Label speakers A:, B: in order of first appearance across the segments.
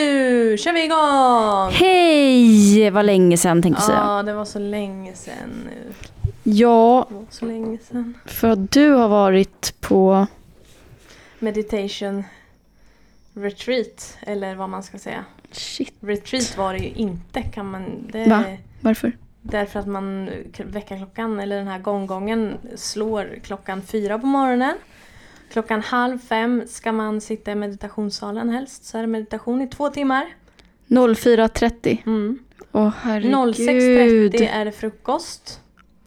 A: Nu kör vi igång!
B: Hej! Vad länge sedan tänkte jag säga.
A: Ja, det var så länge sedan nu.
B: Ja,
A: Det var så länge sedan.
B: för att du har varit på...
A: Meditation retreat, eller vad man ska säga.
B: Shit.
A: Retreat var det ju inte. Kan man, det
B: Va? Varför?
A: Därför att man väckarklockan, eller den här gonggongen, slår klockan fyra på morgonen. Klockan halv fem ska man sitta i meditationssalen helst. Så är det meditation i två timmar.
B: 04.30.
A: Mm.
B: Åh herregud.
A: 06.30 är det frukost.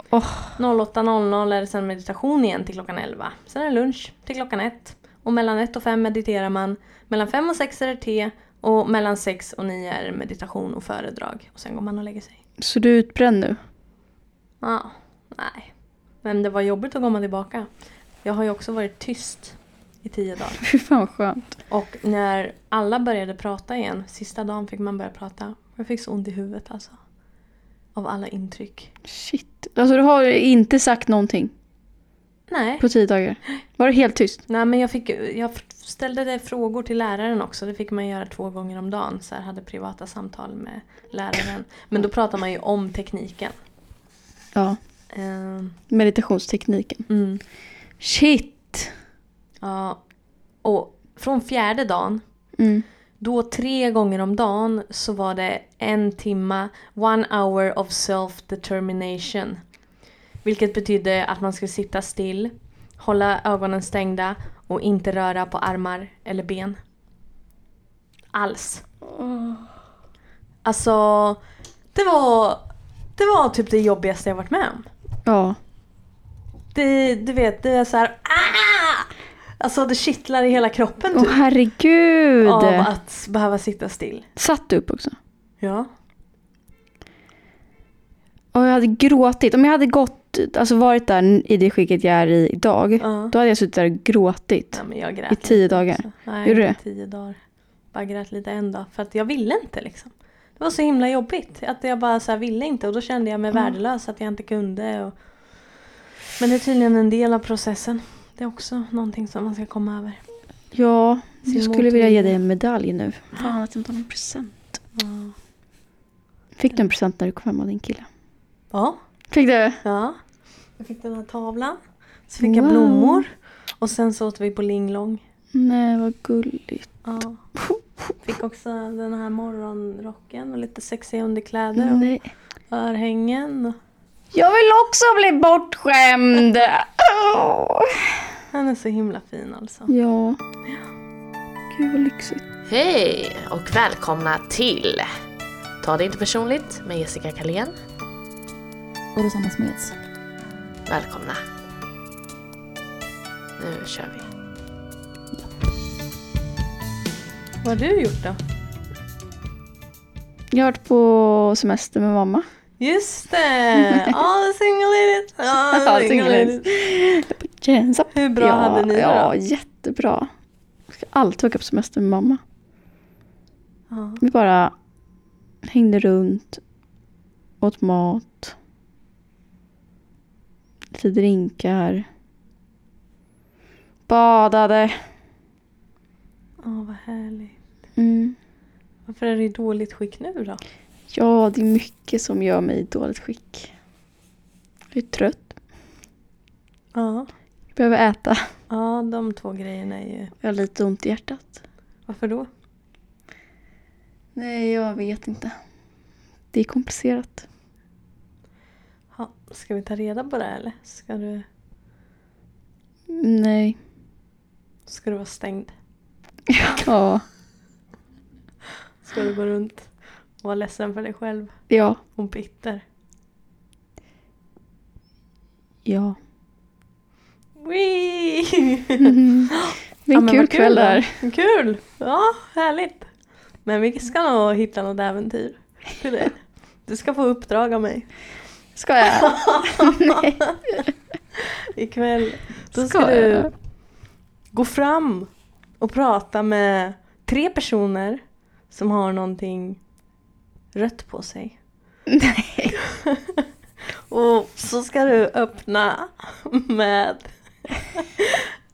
B: Åh.
A: 08.00 är det sen meditation igen till klockan 11. Sen är det lunch till klockan 1. Och mellan 1 och 5 mediterar man. Mellan 5 och 6 är det te. Och mellan 6 och 9 är det meditation och föredrag. Och sen går man och lägger sig.
B: Så du är utbränd nu?
A: Ja, nej. Men det var jobbigt att komma tillbaka. Jag har ju också varit tyst i tio dagar.
B: Fy fan vad skönt.
A: Och när alla började prata igen, sista dagen fick man börja prata. Jag fick så ont i huvudet alltså. Av alla intryck.
B: Shit. Alltså du har inte sagt någonting
A: Nej.
B: på tio dagar. Var det helt tyst?
A: Nej men jag, fick, jag ställde det frågor till läraren också. Det fick man göra två gånger om dagen. Så här hade privata samtal med läraren. Men då pratar man ju om tekniken.
B: Ja.
A: Eh,
B: Meditationstekniken.
A: mm.
B: Shit.
A: Ja. Och från fjärde dagen,
B: Mm.
A: då tre gånger om dagen så var det en timma, one hour of self-determination. Vilket betydde att man skulle sitta still, hålla ögonen stängda och inte röra på armar eller ben. Alls. Alltså, det var, det var typ det jobbigaste jag varit med om.
B: Ja.
A: Det, du vet, det är så här... Ah! Alltså det kittlar i hela kroppen
B: Åh
A: typ,
B: herregud.
A: av att behöva sitta still.
B: Satt du upp också?
A: Ja.
B: Och jag hade gråtit. Om jag hade gått, alltså varit där i det skicket jag är i idag,
A: Ja.
B: då hade jag suttit där och gråtit.
A: Nej, men jag grät
B: I tio
A: lite
B: dagar?
A: också. Nej,
B: Gjorde du
A: inte tio dagar. Bara grät lite en dag. För att jag ville inte liksom. Det var så himla jobbigt. Att jag bara så här ville inte. Och då kände jag mig
B: Mm.
A: värdelös. Att jag inte kunde. Och... Men det är tydligen en del av processen. Det är också någonting som man ska komma över.
B: Ja, jag
A: Sin
B: skulle vilja
A: motvilja.
B: ge dig en medalj nu. Fan att jag inte har någon present. Fick du en present när du kom hem av din kille?
A: Ja.
B: Fick du?
A: Ja. Jag fick den här tavlan. Så fick jag
B: Wow.
A: blommor. Och sen så åt vi på linglong.
B: Nej, vad gulligt.
A: Ja. Fick också den här morgonrocken och lite sexiga underkläder och
B: Nej.
A: örhängen. Och...
B: Jag vill också bli bortskämd! Åh.
A: Han är så himla fin alltså.
B: Ja. Gud vad lyxigt.
C: Hej och välkomna till Ta det inte personligt med Jessica Kalén.
D: och Rosanna Smeds.
C: Välkomna. Nu kör vi.
A: Vad har du gjort då?
B: Jag har varit på semester med mamma.
A: Just det! All single ladies! All single ladies!
B: Jens up.
A: Hur bra
B: ja,
A: hade ni det
B: Ja,
A: då?
B: jättebra. Jag ska alltid åka på semester med mamma.
A: Ja.
B: Vi bara hängde runt, åt mat, lite drinkar, badade.
A: Åh, vad härligt.
B: Mm.
A: Varför är du i dåligt skick nu då?
B: Ja, det är mycket som gör mig i dåligt skick. Jag är trött,
A: Ja.
B: jag behöver äta.
A: Ja, de två grejerna är ju...
B: Jag har lite ont i hjärtat.
A: Varför då?
B: Nej, jag vet inte. Det är komplicerat.
A: Ja, ska vi ta reda på det här, eller? Ska du,
B: Nej.
A: ska du vara stängd?
B: Ja.
A: Ska du gå runt och vara ledsen för dig själv
B: Ja.
A: och bitter?
B: Ja.
A: Wee!
B: Det är
A: Ja,
B: en
A: men
B: Mm. kul
A: vad
B: kväll
A: då.
B: där.
A: Kul! Ja, härligt. Men vi ska nog hitta något äventyr till dig. Du ska få uppdrag av mig
B: Ska jag? Nej.
A: ikväll. Då ska,
B: Ska
A: du
B: jag?
A: gå fram och prata med tre personer som har någonting rött på sig.
B: Nej.
A: Och så ska du öppna med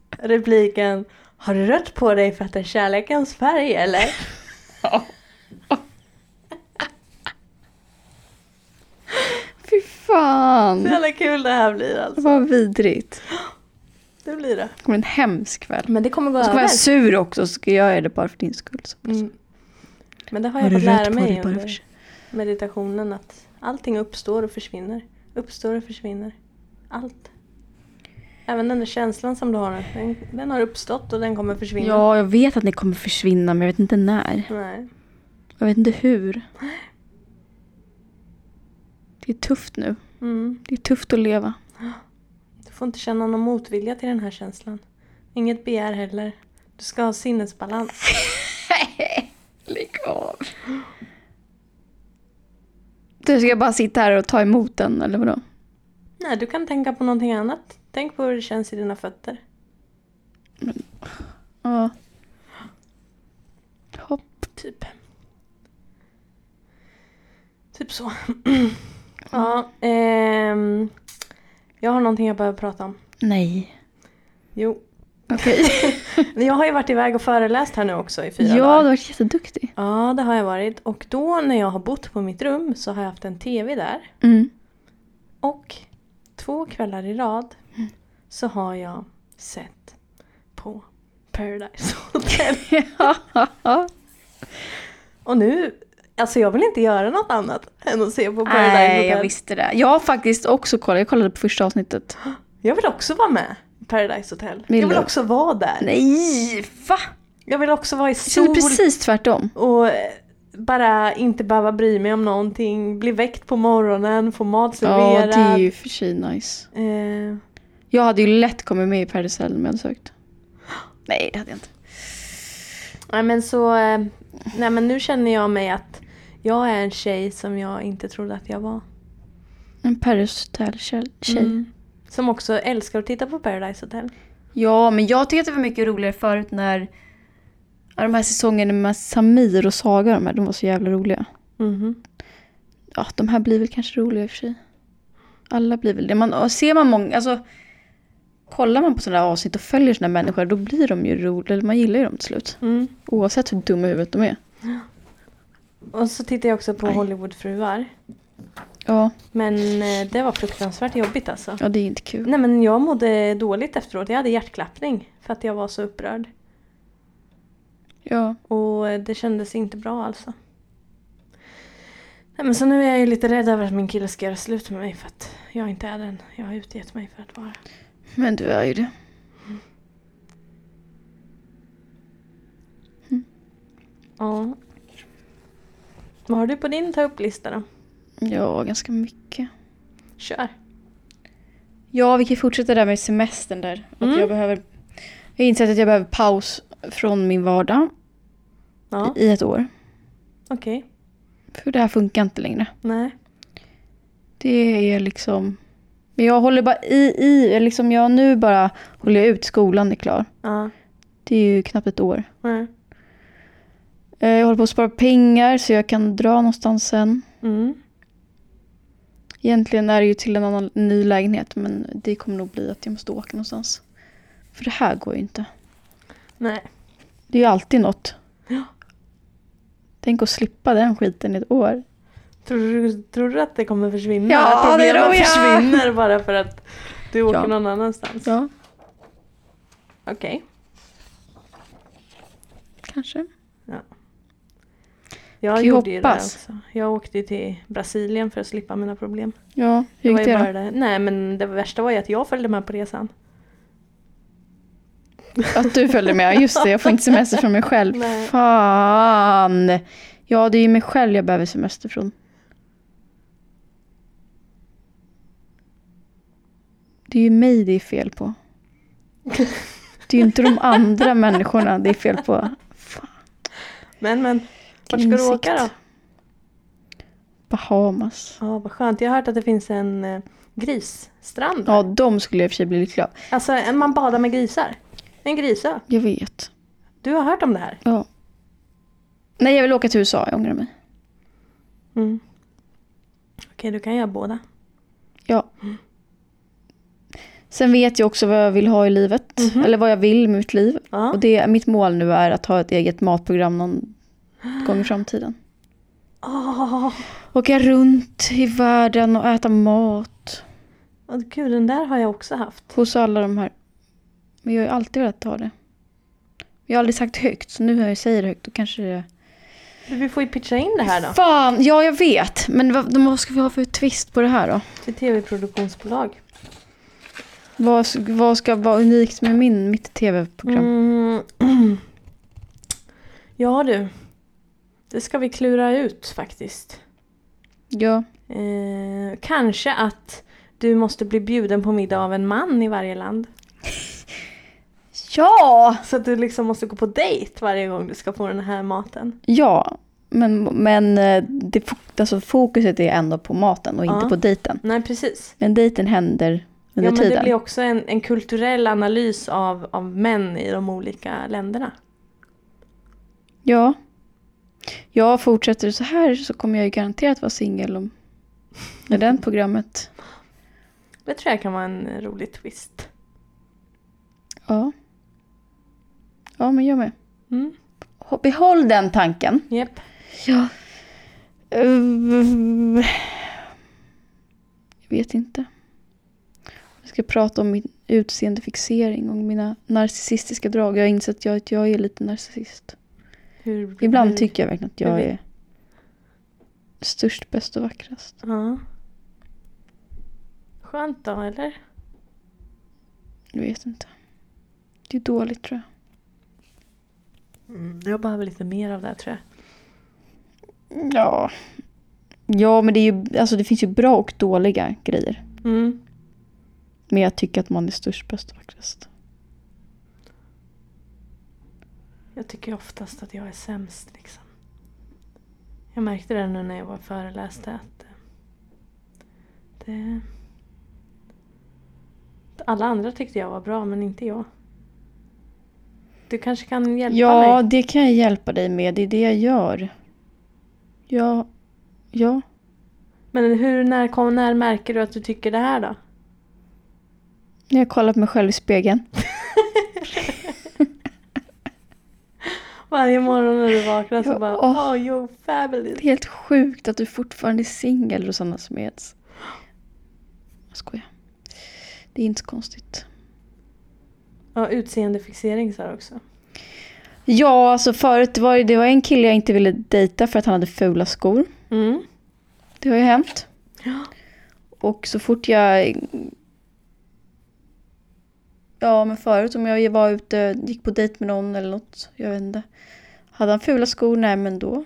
A: repliken Har du rött på dig för att det är kärlekens färg eller? Så
B: fan.
A: jävla kul det här blir alltså.
B: Vad vidrigt.
A: Det blir det.
B: Det kommer en hemsk kväll.
A: Men det kommer gå
B: Och så kommer
A: över.
B: jag sur också så ska jag göra det bara för din skull. Så.
A: Mm. Men det har
B: Har
A: jag
B: du
A: fått lära
B: rökt på dig
A: mig
B: bara
A: under
B: för-
A: meditationen att allting uppstår och försvinner. Uppstår och försvinner. Allt. Även den där känslan som du har nu, den, den har uppstått och den kommer försvinna.
B: Ja, jag vet att ni kommer försvinna men jag vet inte när.
A: Nej.
B: Jag vet inte hur. Det är tufft nu.
A: Mm.
B: Det är tufft att leva.
A: Du får inte känna någon motvilja till den här känslan. Inget begär heller. Du ska ha sinnesbalans.
B: Lägg av. Du, ska jag bara sitta här och ta emot den eller vadå?
A: Nej, du kan tänka på någonting annat. Tänk på hur det känns i dina fötter.
B: Ja. Hopp.
A: Typ. Typ så. ja, ehm, jag har någonting jag behöver prata om.
B: Nej.
A: Jo,
B: Okej.
A: jag har ju varit iväg och föreläst här nu också i fyra
B: ja, du har
A: dagar.
B: varit jätteduktig.
A: Ja, det har jag varit. Och då när jag har bott på mitt rum så har jag haft en TV där.
B: Mm.
A: Och två kvällar i rad
B: Mm.
A: så har jag sett på Paradise Hotel. Och nu, alltså jag vill inte göra något annat än att se på Paradise
B: Nej,
A: Hotel.
B: jag visste det. Jag har faktiskt också kollat. Jag kollade på första avsnittet.
A: Jag vill också vara med i Paradise Hotel.
B: Vill
A: jag vill
B: du?
A: också vara där.
B: Nej, va?
A: Jag vill också vara i
B: Jag kände
A: sol
B: precis tvärtom.
A: och eh, bara inte behöva bry mig om någonting. Bli väckt på morgonen, få mat
B: Ja, typ.
A: serverad.
B: det är ju för sig nice.
A: eh,
B: Jag hade ju lätt kommit med i Paradise Hotel om jag hade sökt. Nej, det hade jag inte.
A: nej, men så, eh, nej men nu känner jag mig att jag är en tjej som jag inte trodde att jag var.
B: En Paradise Hotel-tjej.
A: Mm. Som också älskar att titta på Paradise Hotel.
B: Ja, men jag tyckte att det var mycket roligare förut när ja, de här säsongerna med Samir och Saga, de, här, de var så jävla roliga.
A: Mhm.
B: Ja, de här blir väl kanske roliga i och för sig. Alla blir väl det. Man, och ser man många, alltså kollar man på sådana här avsnitt och följer sådana här människor, då blir de ju roliga, eller man gillar ju dem till slut.
A: Mm.
B: Oavsett hur dumma i huvudet de är.
A: Och så tittar jag också på
B: Aj.
A: Hollywoodfruar.
B: Ja,
A: Men eh, det var fruktansvärt jobbigt alltså.
B: ja det är inte kul.
A: Nej men jag mådde dåligt efteråt. Jag hade hjärtklappning för att jag var så upprörd.
B: Ja.
A: Och eh, det kändes inte bra alltså. Nej men så nu är jag ju lite rädd över att min kille ska göra slut med mig för att jag inte är den jag har utgett mig för att vara.
B: Men du är ju det.
A: Ja. Vad har du på din ta upp-lista då?
B: Ja, ganska mycket.
A: Kör.
B: Ja, vi kan ju fortsätta där med semestern där.
A: Mm.
B: Att jag behöver... Jag har insett att jag behöver paus från min vardag
A: Ja,
B: i ett år.
A: okej.
B: För det här funkar inte längre.
A: Nej.
B: Det är liksom... Men jag håller bara i, i liksom jag nu bara håller jag ut, skolan är klar.
A: Ja.
B: Det är ju knappt ett år.
A: Nej.
B: Eh, Jag håller på att spara pengar så jag kan dra någonstans sen.
A: Mm.
B: Egentligen är det ju till en annan ny lägenhet men det kommer nog bli att jag måste åka någonstans. För det här går ju inte.
A: Nej.
B: Det är ju alltid något.
A: Ja.
B: Tänk att slippa den skiten i ett år.
A: Tror du, tror du att det kommer försvinna?
B: Ja,
A: Att
B: det
A: problemen
B: tror jag.
A: försvinner bara för att du åker
B: Ja.
A: någon annanstans?
B: Ja,
A: Okej.
B: kanske.
A: Jag
B: Kan ju
A: gjorde ju det
B: hoppas.
A: också. Jag åkte ju till Brasilien för att slippa mina problem.
B: Ja, hur
A: var
B: gick
A: ju
B: det
A: bara
B: då?
A: det. Nej men det värsta var ju att jag följde med på resan.
B: Att du följde med, just det. Jag får inte semester från mig själv.
A: Nej.
B: Fan! Ja, det är ju mig själv jag behöver semester från. Det är ju mig det är fel på. Det är ju inte de andra människorna det är fel på. Fan.
A: Men men, vart ska du
B: Insikt.
A: åka då?
B: Bahamas.
A: Ja vad skönt, jag har hört att det finns en eh, grisstrand.
B: Ja, de skulle jag i och för sig bli lycklig av.
A: Alltså en- man badar med grisar. En grisö.
B: Jag vet.
A: Du har hört om det här?
B: Ja. Nej, jag vill åka till USA. Jag ångrar mig.
A: Mm. Okej, du kan göra båda.
B: Ja. Sen vet jag också vad jag vill ha i livet. Eller vad jag vill med mitt liv.
A: Ja.
B: Och det, mitt mål nu är att ha ett eget matprogram någon gång i framtiden.
A: Åh,
B: Åka runt i världen och äta mat.
A: Och gud, den där har jag också haft.
B: Hos alla de här. Men jag har ju alltid velat ta det. Jag har aldrig sagt högt, så nu när jag säger det högt då kanske det...
A: Vi får ju pitcha in det här då.
B: Fan, ja jag vet. Men vad, vad ska vi ha för twist på det här då?
A: Till tv-produktionsbolag.
B: Vad, s- vad ska vara unikt med min, mitt tv-program?
A: Mm. Ja du. Det ska vi klura ut faktiskt.
B: Ja.
A: Eh, kanske att du måste bli bjuden på middag av en man i varje land.
B: Ja!
A: Så att du liksom måste gå på dejt varje gång du ska få den här maten.
B: Ja, men, men eh, det, fo- alltså, fokuset är ändå på maten och inte
A: Ja.
B: på dejten.
A: Nej precis.
B: Men dejten händer
A: Ja
B: under
A: men
B: tiden.
A: det blir också en, en kulturell analys av, av män i de olika länderna.
B: Ja. Ja, fortsätter det så här så kommer jag ju garanterat vara singel om... När den programmet.
A: Det tror jag kan vara en rolig twist.
B: Ja. Ja, men jag med.
A: Mm.
B: Hå- Behåll den tanken.
A: Japp.
B: Ja. Jag vet inte. Jag ska prata om min utseendefixering och mina narcissistiska drag. Jag har insett att jag, att jag är lite narcissist.
A: Hur,
B: Ibland
A: hur-
B: tycker jag verkligen att Mm. jag
A: hur-
B: är störst, bäst och vackrast.
A: Ja. Skönt då, eller?
B: Jag vet inte. Det är dåligt tror
A: Mm, Jag behöver lite mer av det här, tror jag.
B: jag. Ja. Ja, men det, är ju, alltså, det finns ju bra och dåliga grejer.
A: Mm.
B: Men jag tycker att man är störst, bäst och vackrast.
A: Jag tycker oftast att jag är sämst, liksom. Jag märkte det nu när jag var föreläste att eh, det... Alla andra tyckte jag var bra, men inte jag. Du kanske kan hjälpa
B: Ja,
A: mig?
B: det kan jag hjälpa dig med. Det är det jag gör. Ja. Ja.
A: Men hur, när, kom, när märker du att du tycker det här då?
B: När jag kollar på mig själv i spegeln.
A: Varje morgon när du vaknar så
B: Ja,
A: bara
B: åh.
A: oh you fabulous.
B: Det är helt sjukt att du fortfarande är singel, Rosanna Smeds. Jag skojar. Det är inte så konstigt.
A: Ja, utseendefixering sa du också.
B: Ja, alltså förut var det, det var en kille jag inte ville dejta för att han hade fula skor.
A: Mm.
B: Det har ju hänt.
A: Ja.
B: Och så fort jag... Ja, men förut om jag var ute, gick på dejt med någon eller något, jag vet inte. Hade han fula skor, nej men då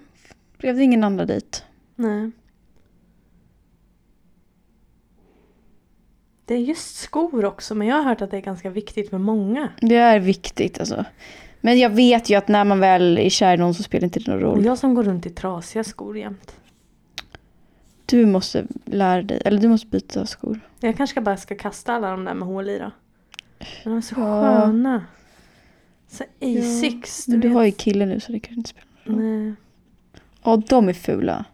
B: blev det ingen andra dejt.
A: Nej. Det är just skor också, men jag har hört att det är ganska viktigt med många.
B: Det är viktigt alltså. Men jag vet ju att när man väl är kär i någon så spelar inte det någon
A: Och
B: roll.
A: jag som går runt i trasiga skor jämt.
B: Du måste lära dig, eller du måste byta skor.
A: Jag kanske ska bara ska kasta alla de där med hål i då. Men de är så
B: Ja.
A: sköna. Så A6,
B: Men
A: du,
B: du
A: vet.
B: har ju kille nu så det kan inte spela någon roll.
A: Nej.
B: Ja, de är fula.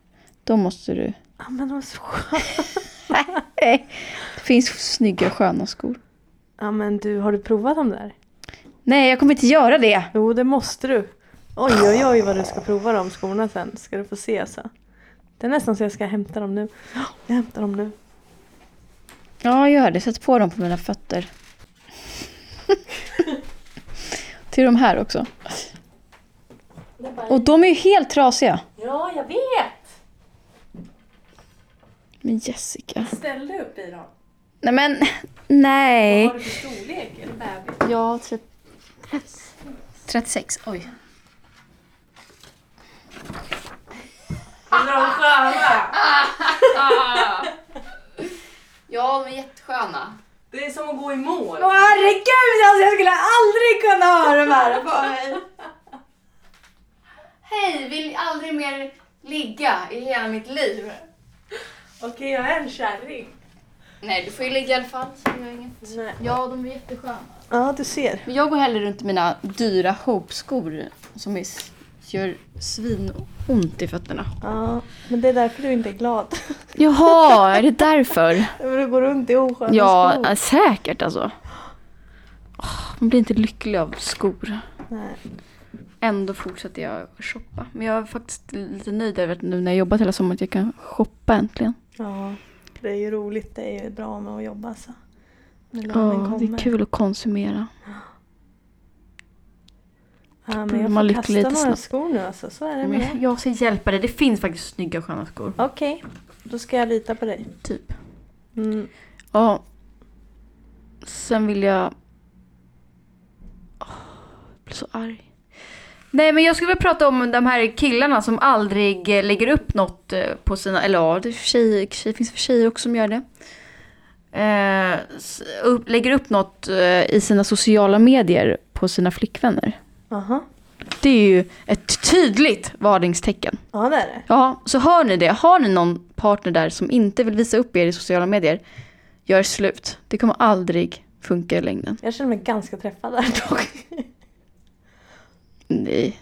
B: De måste du...
A: Ja, men de är så sköna.
B: Nej. Det finns snygga sköna skor.
A: Ja, men du, har du provat dem där?
B: Nej, jag kommer inte göra det.
A: Jo, det måste du. Oj, oj, oj vad du ska prova de skorna sen. Ska du få se så. Det är nästan så jag ska hämta dem nu. Ja, Jag hämtar dem nu.
B: Ja, gör det. Sätt på dem på mina fötter. Till de här också. Och de är ju helt trasiga.
A: Ja, jag vet!
B: Men Jessica.
A: Ställ dig upp i dem.
B: Nej men, nej.
A: du för storlek? Är det bebis?
B: Ja, 36. Oj.
D: Ja, de är jättesköna.
A: Det är som att gå i mål.
D: herregud, alltså jag skulle aldrig kunna ha de här på mig. Hej, vill aldrig mer ligga i hela mitt liv.
A: Okej, jag är en kärring.
D: Nej, du får ju ligga i alla fall. så jag har inget.
A: Nej.
D: Ja, de är jättesköna.
A: Ja, du ser.
B: Men jag går hellre runt i mina dyra Hope-skor som är, s- gör svinont i fötterna.
A: Ja, men det är därför du inte är glad.
B: Jaha, är det därför?
A: Men du går runt i osköna
B: ja,
A: skor.
B: äh, säkert alltså. Åh, Man blir inte lycklig av skor.
A: Nej.
B: Ändå fortsätter jag shoppa. Men jag är faktiskt lite nöjd över att nu när jag jobbat hela sommaren att jag kan shoppa äntligen.
A: Ja. det är ju roligt, det är ju bra med att jobba så. När
B: Ja,
A: lönen kommer.
B: det är kul att konsumera.
A: Ja, men
B: blir
A: jag
B: man
A: får
B: lycklig
A: kasta
B: lite
A: några
B: snabbt.
A: skor
B: Mm.
A: nu alltså, så är det med
B: Men
A: det.
B: jag ska hjälpa dig. Det finns faktiskt snygga sköna skor.
A: Okej, då ska jag lita på dig.
B: Typ.
A: Mm.
B: Ja. Sen vill jag... Åh, jag blir så arg. Nej men jag skulle vilja prata om de här killarna som aldrig eh, lägger upp något eh, på sina... Eller ja, det är för tjejer, tjejer, finns för tjejer också som gör det. Eh, s- upp, lägger upp något eh, i sina sociala medier på sina flickvänner.
A: Aha.
B: Det är ju ett tydligt varningstecken.
A: Ja, det är det.
B: Ja, så hör ni det. Har ni någon partner där som inte vill visa upp er i sociala medier, gör slut. Det kommer aldrig funka i längden.
A: Jag känner mig ganska träffad där dock.
B: Nej.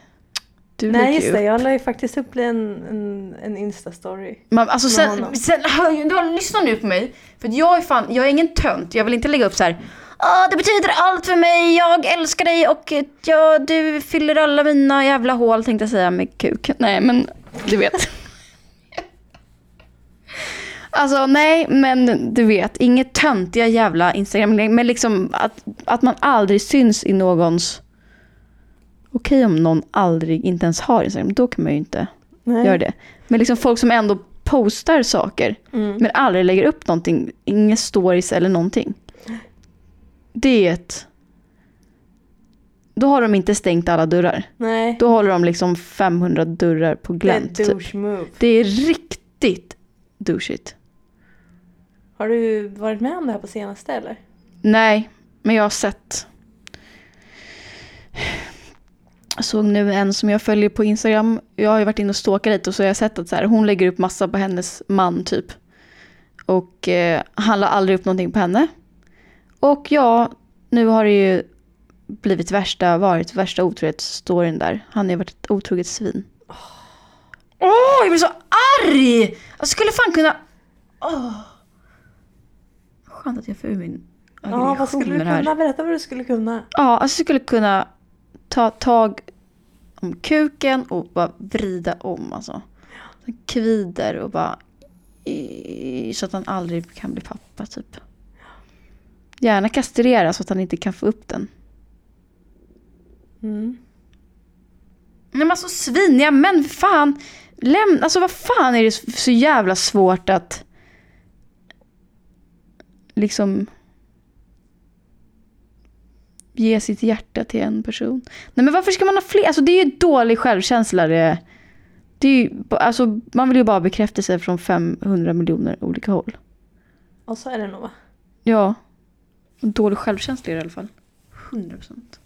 B: Du
A: Nej,
B: lägger
A: just
B: ju
A: det.
B: upp.
A: Jag la ju faktiskt upp en, en, en Insta-story.
B: Man, alltså
A: Med honom.
B: sen, sen hör ju, du har- lyssna nu på mig. För att jag är fan, jag är ingen tönt. Jag vill inte lägga upp så här. Ah, det betyder allt för mig, jag älskar dig och eh, ja, du fyller alla mina jävla hål tänkte jag säga med kuk. Nej men du vet. Alltså nej, men du vet, inget töntiga jävla Instagram. Men liksom att, att man aldrig syns i någons... Okej om någon aldrig, inte ens har Instagram, då kan man ju inte
A: Nej.
B: göra det. Men liksom folk som ändå postar saker,
A: Mm.
B: men aldrig lägger upp någonting, inga stories eller någonting. Det är ett... Då har de inte stängt alla dörrar.
A: Nej,
B: Då håller de liksom 500 dörrar på
A: det är ett
B: glänt. typ.
A: douche move.
B: Det är riktigt douchigt.
A: Har du varit med om det här på senaste eller?
B: Nej, men jag har sett. Jag såg nu en som jag följer på Instagram. Jag har ju varit inne och stalkat lite och så har jag sett att så här, hon lägger upp massa på hennes man typ. Och eh, han la aldrig upp någonting på henne. Och ja, nu har det ju blivit värsta, varit värsta otrohetsstoryn där. Han har ju varit ett otroget svin. Åh, jag blir så arg! Jag skulle fan kunna... Åh. Skönt att jag får ur min
A: Ja, vad skulle du
B: aggressioner här.
A: kunna? Berätta vad du skulle kunna.
B: Ja, alltså jag skulle kunna ta tag om kuken och bara vrida om alltså. Den kvider och bara i- så att han aldrig kan bli pappa typ. Gärna kastrera så att han inte kan få upp den.
A: Mm.
B: Nej men alltså sviniga män, för fan. Lämna, alltså vad fan är det så- så jävla svårt att liksom ge sitt hjärta till en person. Nej men varför ska man ha fler? Alltså det är ju dålig självkänsla det. Det är ju, ba- alltså man vill ju bara ha bekräftelse från 500 miljoner olika håll.
A: Och så är det nog va?
B: Ja. Och Dålig självkänsla är det i alla fall. 100 procent.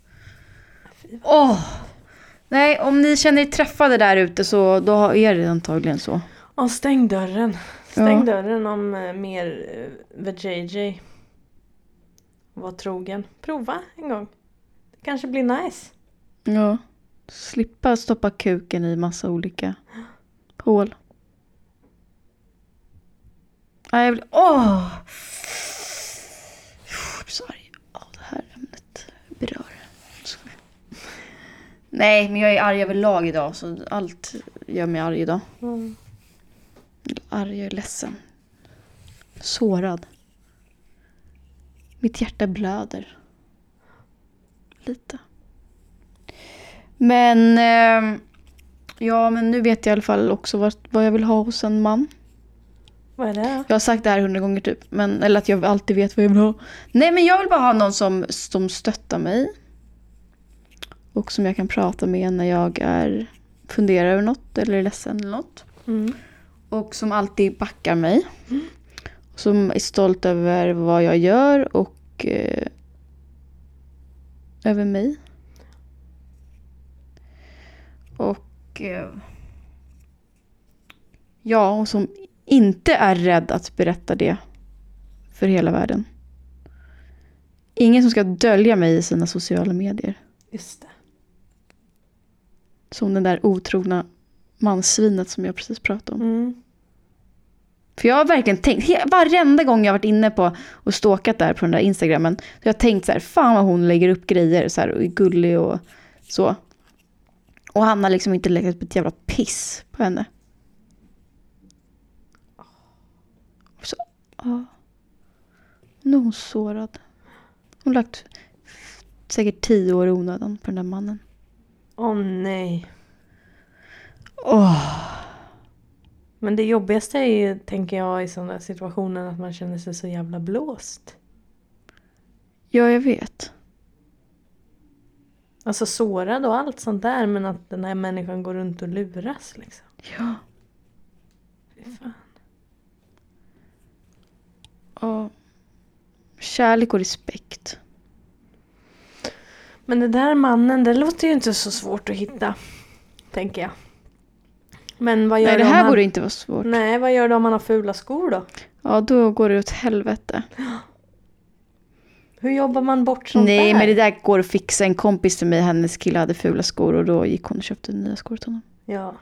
B: Åh! Nej, om ni känner er träffade där ute så då är det antagligen så.
A: Ja, stäng dörren. Stäng
B: Ja.
A: dörren om eh, mer eh, VJJ. Var trogen. Prova en gång. Det kanske blir nice.
B: Ja. Slippa stoppa kuken i massa olika hål. Nej, jag blir... Åh! Jag blir så arg av det här ämnet. Berör. Nej, men jag är arg överlag idag så allt gör mig arg idag.
A: Mm.
B: Arg, jag är ledsen. Sårad. Mitt hjärta blöder. Lite. Men... ehm, ja, men nu vet jag i alla fall också vad, vad jag vill ha hos en man.
A: Vad är det
B: Jag har sagt det här hundra gånger typ. Men, eller att jag alltid vet vad jag vill ha. Nej men jag vill bara ha någon som, som stöttar mig. Och som jag kan prata med när jag är, funderar över något eller är ledsen eller något.
A: då? Mm.
B: Och som alltid backar mig. Som är stolt över vad jag gör och eh, över mig. Och eh, ja, och som inte är rädd att berätta det för hela världen. Ingen som ska dölja mig i sina sociala medier.
A: Just det.
B: Som den där otrogna mansvinet som jag precis pratade om.
A: Mm.
B: För jag har verkligen tänkt, he- varenda gång jag har varit inne på och stalkat där på den där instagrammen, så jag har tänkt så här, fan vad hon lägger upp grejer så här, och är gullig och så. Och han har liksom inte lagt upp ett jävla piss på henne. Så Ja. Nu är hon sårad. Hon har lagt säkert tio år i onödan på den där mannen.
A: Åh nej.
B: Åh.
A: Men det jobbigaste är ju, tänker jag, i sådana situationer att man känner sig så jävla blåst.
B: Ja, jag vet.
A: Alltså sårad och allt sånt där men att den här människan går runt och luras liksom.
B: Ja.
A: Fy fan.
B: ja. Kärlek och respekt.
A: Men den där mannen, det låter ju inte så svårt att hitta. Tänker jag. Men vad gör
B: Nej, det
A: om
B: här
A: han...
B: borde inte vara svårt.
A: Nej, vad gör du om man har fula skor då?
B: Ja, då går det åt helvete.
A: Hur jobbar man bort sånt
B: Nej,
A: där?
B: men det där går att fixa. En kompis till mig, hennes kille hade fula skor och då gick hon och köpte nya skor åt honom.
A: Ja.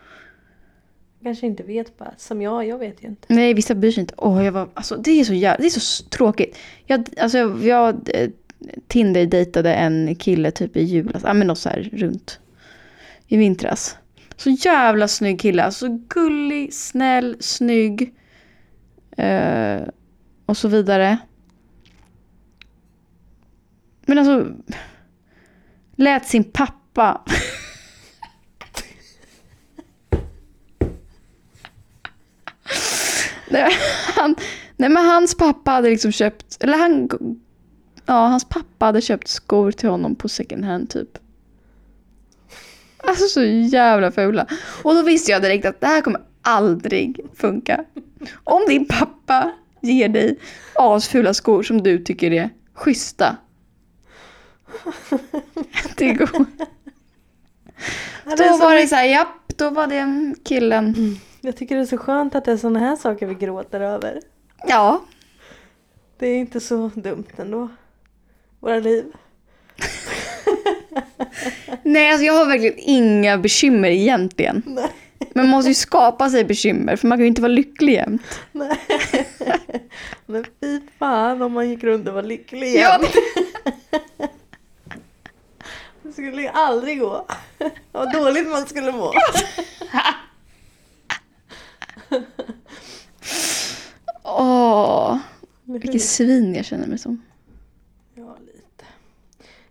A: Kanske inte vet bara. Som jag, jag vet ju inte.
B: Nej, vissa bryr sig inte. Åh, jag var, alltså, det är så jävla, det är så s- tråkigt. Jag, alltså, jag, jag eh, Tinder-dejtade en kille typ i julas, ja men något så här runt i vintras. Så jävla snygg kille, alltså gullig, snäll, snygg eh, och så vidare. Men alltså, lät sin pappa Nej, han, nej men hans pappa hade liksom köpt, eller han, ja hans pappa hade köpt skor till honom på second hand typ. Alltså så jävla fula. Och då visste jag direkt att det här kommer aldrig funka. Om din pappa ger dig asfula skor som du tycker är schyssta. Det går.
A: Ja, det är så
B: Då
A: Mm.
B: var det så här, japp, då var det killen.
A: Jag tycker det är så skönt att det är såna här saker vi gråter över.
B: Ja,
A: Det är inte så dumt ändå. Våra liv.
B: Nej, alltså jag har verkligen inga bekymmer egentligen. Nej. Man måste ju skapa sig bekymmer för man kan ju inte vara lycklig jämt.
A: Nej. Men fy fan om man gick runt och var lycklig igen.
B: Ja,
A: Det skulle ju aldrig gå. Vad dåligt man skulle må.
B: Åh, vilket svin jag känner mig som.
A: Ja, lite.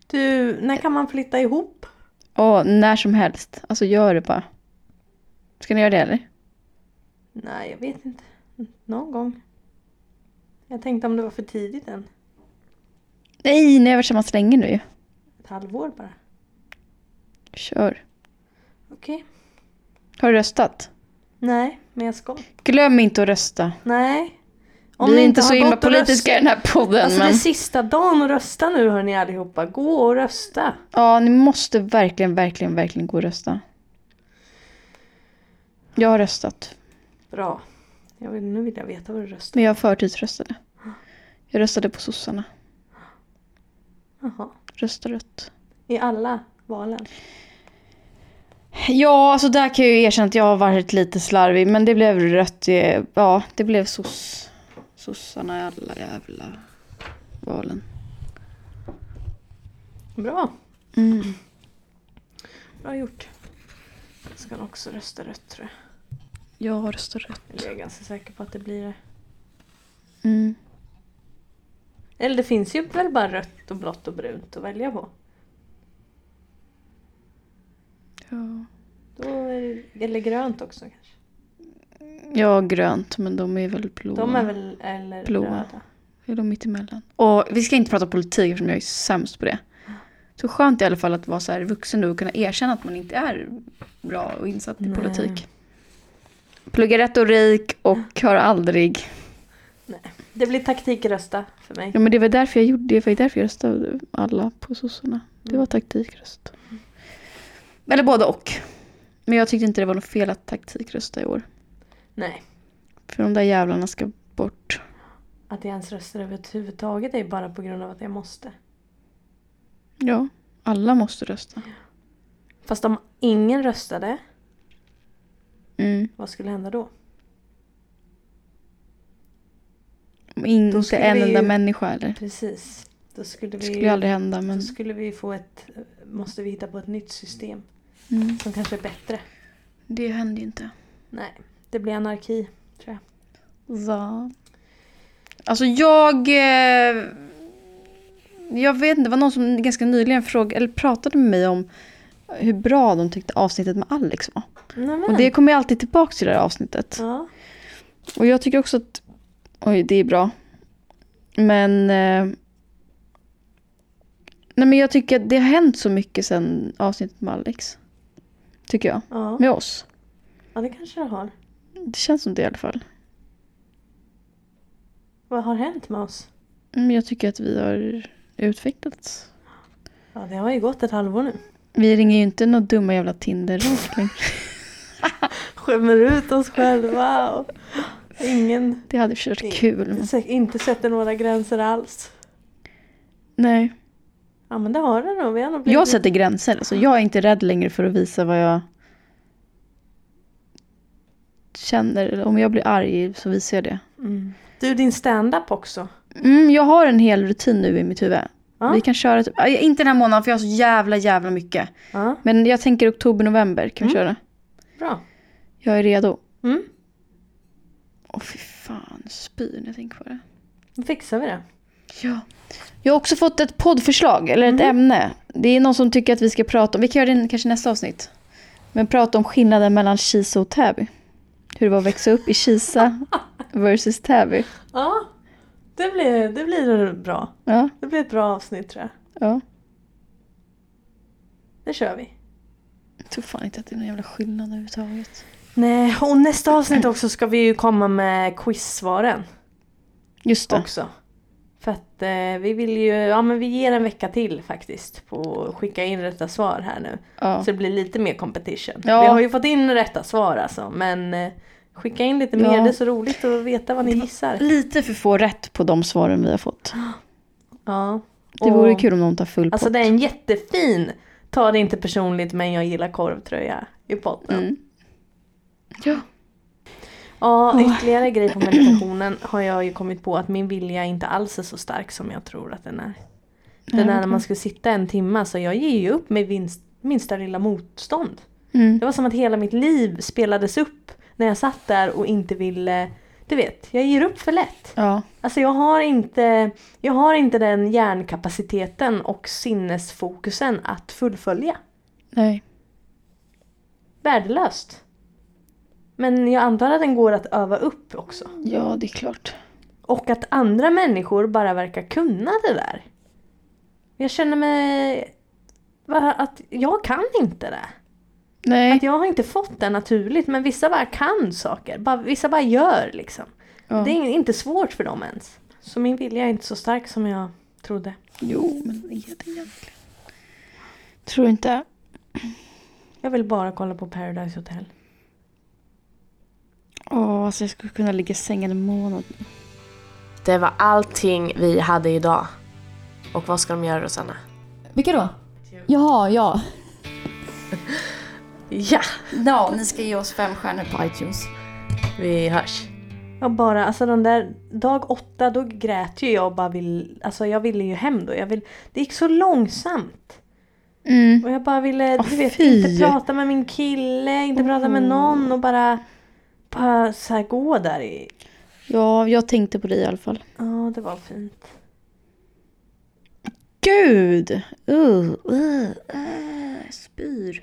A: Du, när kan man flytta ihop?
B: Åh, när som helst. Alltså gör det bara. Ska ni göra det eller?
A: Nej, jag vet inte. Någon gång. Jag tänkte om det var för tidigt än.
B: Nej, ni har varit tillsammans länge nu ju.
A: Ett halvår bara.
B: Kör.
A: Okej.
B: Har du röstat?
A: Nej, men jag ska.
B: Glöm inte att rösta.
A: Nej.
B: Vi
A: ni
B: är inte så
A: har
B: himla
A: gått och
B: politiska i
A: röstat-
B: den här podden.
A: Alltså det är
B: men...
A: sista dagen att rösta nu hörni allihopa. Gå och rösta.
B: Ja, ni måste verkligen, verkligen, verkligen gå och rösta. Jag har röstat.
A: Bra. Jag vill, nu vill jag veta vad du röstar.
B: Men jag förtidsröstade. Jag röstade på sossarna.
A: Jaha.
B: Rösta rött.
A: I alla valen.
B: Ja, alltså där kan jag ju erkänna att jag har varit lite slarvig. Men det blev rött. Det, ja, det blev soss. Sossarna i alla jävla valen.
A: Bra.
B: Mm.
A: Bra gjort. Jag ska nog också rösta rött tror jag.
B: Jag röstar rött.
A: Eller jag är ganska säker på att det blir det.
B: Mm.
A: Eller det finns ju väl bara rött och blått och brunt att välja på.
B: Ja.
A: Då är det, eller grönt också kanske.
B: ja, grönt. Men de är väl blåa.
A: De är väl eller
B: Blåa.
A: röda.
B: Är de mitt emellan? Och vi ska inte prata politik eftersom jag är sämst på det. Så skönt i alla fall att vara så här vuxen nu och kunna erkänna att man inte är bra och insatt i
A: Nej.
B: politik. Plugga retorik och har aldrig...
A: Det blir taktikrösta för mig.
B: Ja men det var därför jag gjorde det. Det var ju därför jag röstade alla på sossarna. Det
A: Mm.
B: var taktikröst. Eller både och. Men jag tyckte inte det var något fel att taktikrösta i år.
A: Nej.
B: För de där jävlarna ska bort.
A: Att jag ens röstar överhuvudtaget är bara på grund av att jag måste.
B: Ja, alla måste rösta.
A: Fast om ingen röstade,
B: Mm.
A: vad skulle hända då?
B: Om inte
A: skulle
B: en
A: vi
B: enda
A: ju-
B: människa eller?
A: Precis. Då skulle
B: Det
A: vi,
B: skulle ju aldrig hända men...
A: då skulle vi få ett... Måste vi hitta på ett nytt system
B: Mm.
A: som kanske är bättre?
B: Det händer ju inte.
A: Nej, det blir anarki.
B: Va? Alltså jag... eh, Jag vet inte, det var någon som ganska nyligen frågade, eller pratade med mig om hur bra de tyckte avsnittet med Alex var.
A: Nämen.
B: Och det kommer jag alltid tillbaka till det här avsnittet.
A: ja.
B: Och jag tycker också att... Oj, det är bra. Men... Eh, nej men jag tycker att det har hänt så mycket sen avsnittet med Alex. Tycker jag.
A: Ja.
B: Med oss.
A: ja, det kanske det har.
B: Det känns som det i alla fall.
A: Vad har hänt med oss?
B: Men Mm, jag tycker att vi har utvecklats.
A: Ja, det har ju gått ett halvår nu.
B: Vi ringer ju inte några dumma jävla tinder längre.
A: Skämmer ut oss själva. Och ingen...
B: Det hade i och för sig varit kul. Men...
A: sä- Inte sätter några gränser alls.
B: Nej.
A: Ja, men det har det nog. Vi har nog blivit...
B: Jag sätter gränser. Alltså, jag är inte rädd längre för att visa vad jag känner. Eller Om jag blir arg så visar jag det.
A: Mm. Du, din stand-up också.
B: Mm, jag har en hel rutin nu i mitt huvud.
A: Ja.
B: Vi kan köra typ, aj, inte den här månaden för jag har så jävla jävla mycket.
A: Ja,
B: Men jag tänker oktober, november kan vi köra.
A: bra.
B: Jag är redo.
A: Mm.
B: Åh fy fan, jag spyr när jag tänker på det.
A: Då fixar vi det.
B: Ja. Jag har också fått ett poddförslag, eller ett
A: Mm.
B: ämne. Det är någon som tycker att vi ska prata om, vi kan göra det kanske nästa avsnitt. Men prata om skillnaden mellan Kisa och Täby. Hur det var att växa upp i Kisa versus Täby.
A: Ja, det blir, det blir bra.
B: Ja,
A: Det blir ett bra avsnitt tror jag.
B: ja.
A: Det kör vi.
B: Jag tror fan inte att det är någon jävla skillnad överhuvudtaget.
A: Nej, och nästa avsnitt också ska vi ju komma med quizsvaren
B: Just det.
A: också. För att eh, vi vill ju, ja men vi ger en vecka till faktiskt på att skicka in rätta svar här nu.
B: Ja.
A: Så det blir lite mer competition.
B: Ja.
A: Vi har ju fått in rätta svar alltså men eh, skicka in lite mer,
B: Ja.
A: det är så roligt att veta vad ni gissar.
B: Lite för få rätt på de svaren vi har fått.
A: Ja.
B: Det vore
A: Och-
B: kul om någon tar full
A: Alltså
B: pott.
A: det är en jättefin, ta det inte personligt men jag gillar korvtröja i potten.
B: Mm. Ja.
A: Ja, ytterligare grej på meditationen har jag ju kommit på att min vilja inte alls är så stark som jag tror att den är. Den där när man skulle sitta en timme, så jag ger ju upp med vinst, minsta lilla motstånd.
B: Mm.
A: Det var som att hela mitt liv spelades upp när jag satt där och inte ville, du vet, jag ger upp för lätt.
B: Ja.
A: Alltså jag har inte, jag har inte den hjärnkapaciteten och sinnesfokusen att fullfölja.
B: Nej.
A: Värdelöst. Men jag antar att den går att öva upp också.
B: Ja, det är klart.
A: Och att andra människor bara verkar kunna det där. Jag känner mig... va- Att jag kan inte det.
B: Nej.
A: Att jag har inte fått det naturligt, men vissa bara kan saker. Bara, vissa bara gör liksom.
B: Ja.
A: Det är in- inte svårt för dem ens. Så min vilja är inte så stark som jag trodde.
B: Jo, men är det egentligen? Tror inte.
A: Jag vill bara kolla på Paradise Hotel.
B: Åh, alltså jag skulle kunna ligga i sängen en månad.
C: Det var allting vi hade idag. Och vad ska de göra Rosanna?
E: Vilka då? Jaha, ja.
C: Ja,
E: Ja, ni ska ge oss fem stjärnor på iTunes.
C: vi hörs.
A: Jag bara, alltså den där dag åtta, då grät ju jag och bara vill, alltså jag ville ju hem då. Jag vill, det gick så långsamt.
B: Mm.
A: Och jag bara ville,
B: Åh,
A: du vet,
B: fy.
A: inte prata med min kille, inte prata med någon och bara, bara så här gå där i.
B: Ja, jag tänkte på det i alla fall.
A: Ja, det var fint.
B: Gud! Uh, uh, uh, spyr.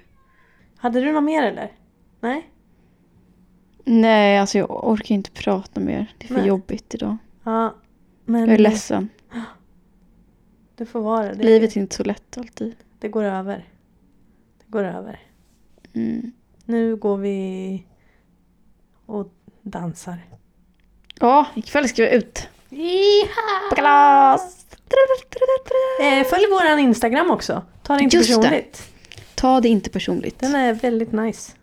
A: Hade du något mer eller? Nej?
B: Nej, alltså jag orkar inte prata mer. Det är för
A: Nej.
B: jobbigt idag.
A: Ja.
B: Jag är
A: Men
B: ledsen.
A: du får vara det.
B: Livet är inte så lätt alltid.
A: Det går över. Det går över.
B: Mm.
A: Nu går vi och dansar.
B: Ja, ikväll ska vi ut. På
A: Jaha!
B: kalas!
A: Eh, följ våran Instagram också. Ta det inte
B: Just det.
A: personligt.
B: Ta det inte personligt.
A: Den är väldigt nice.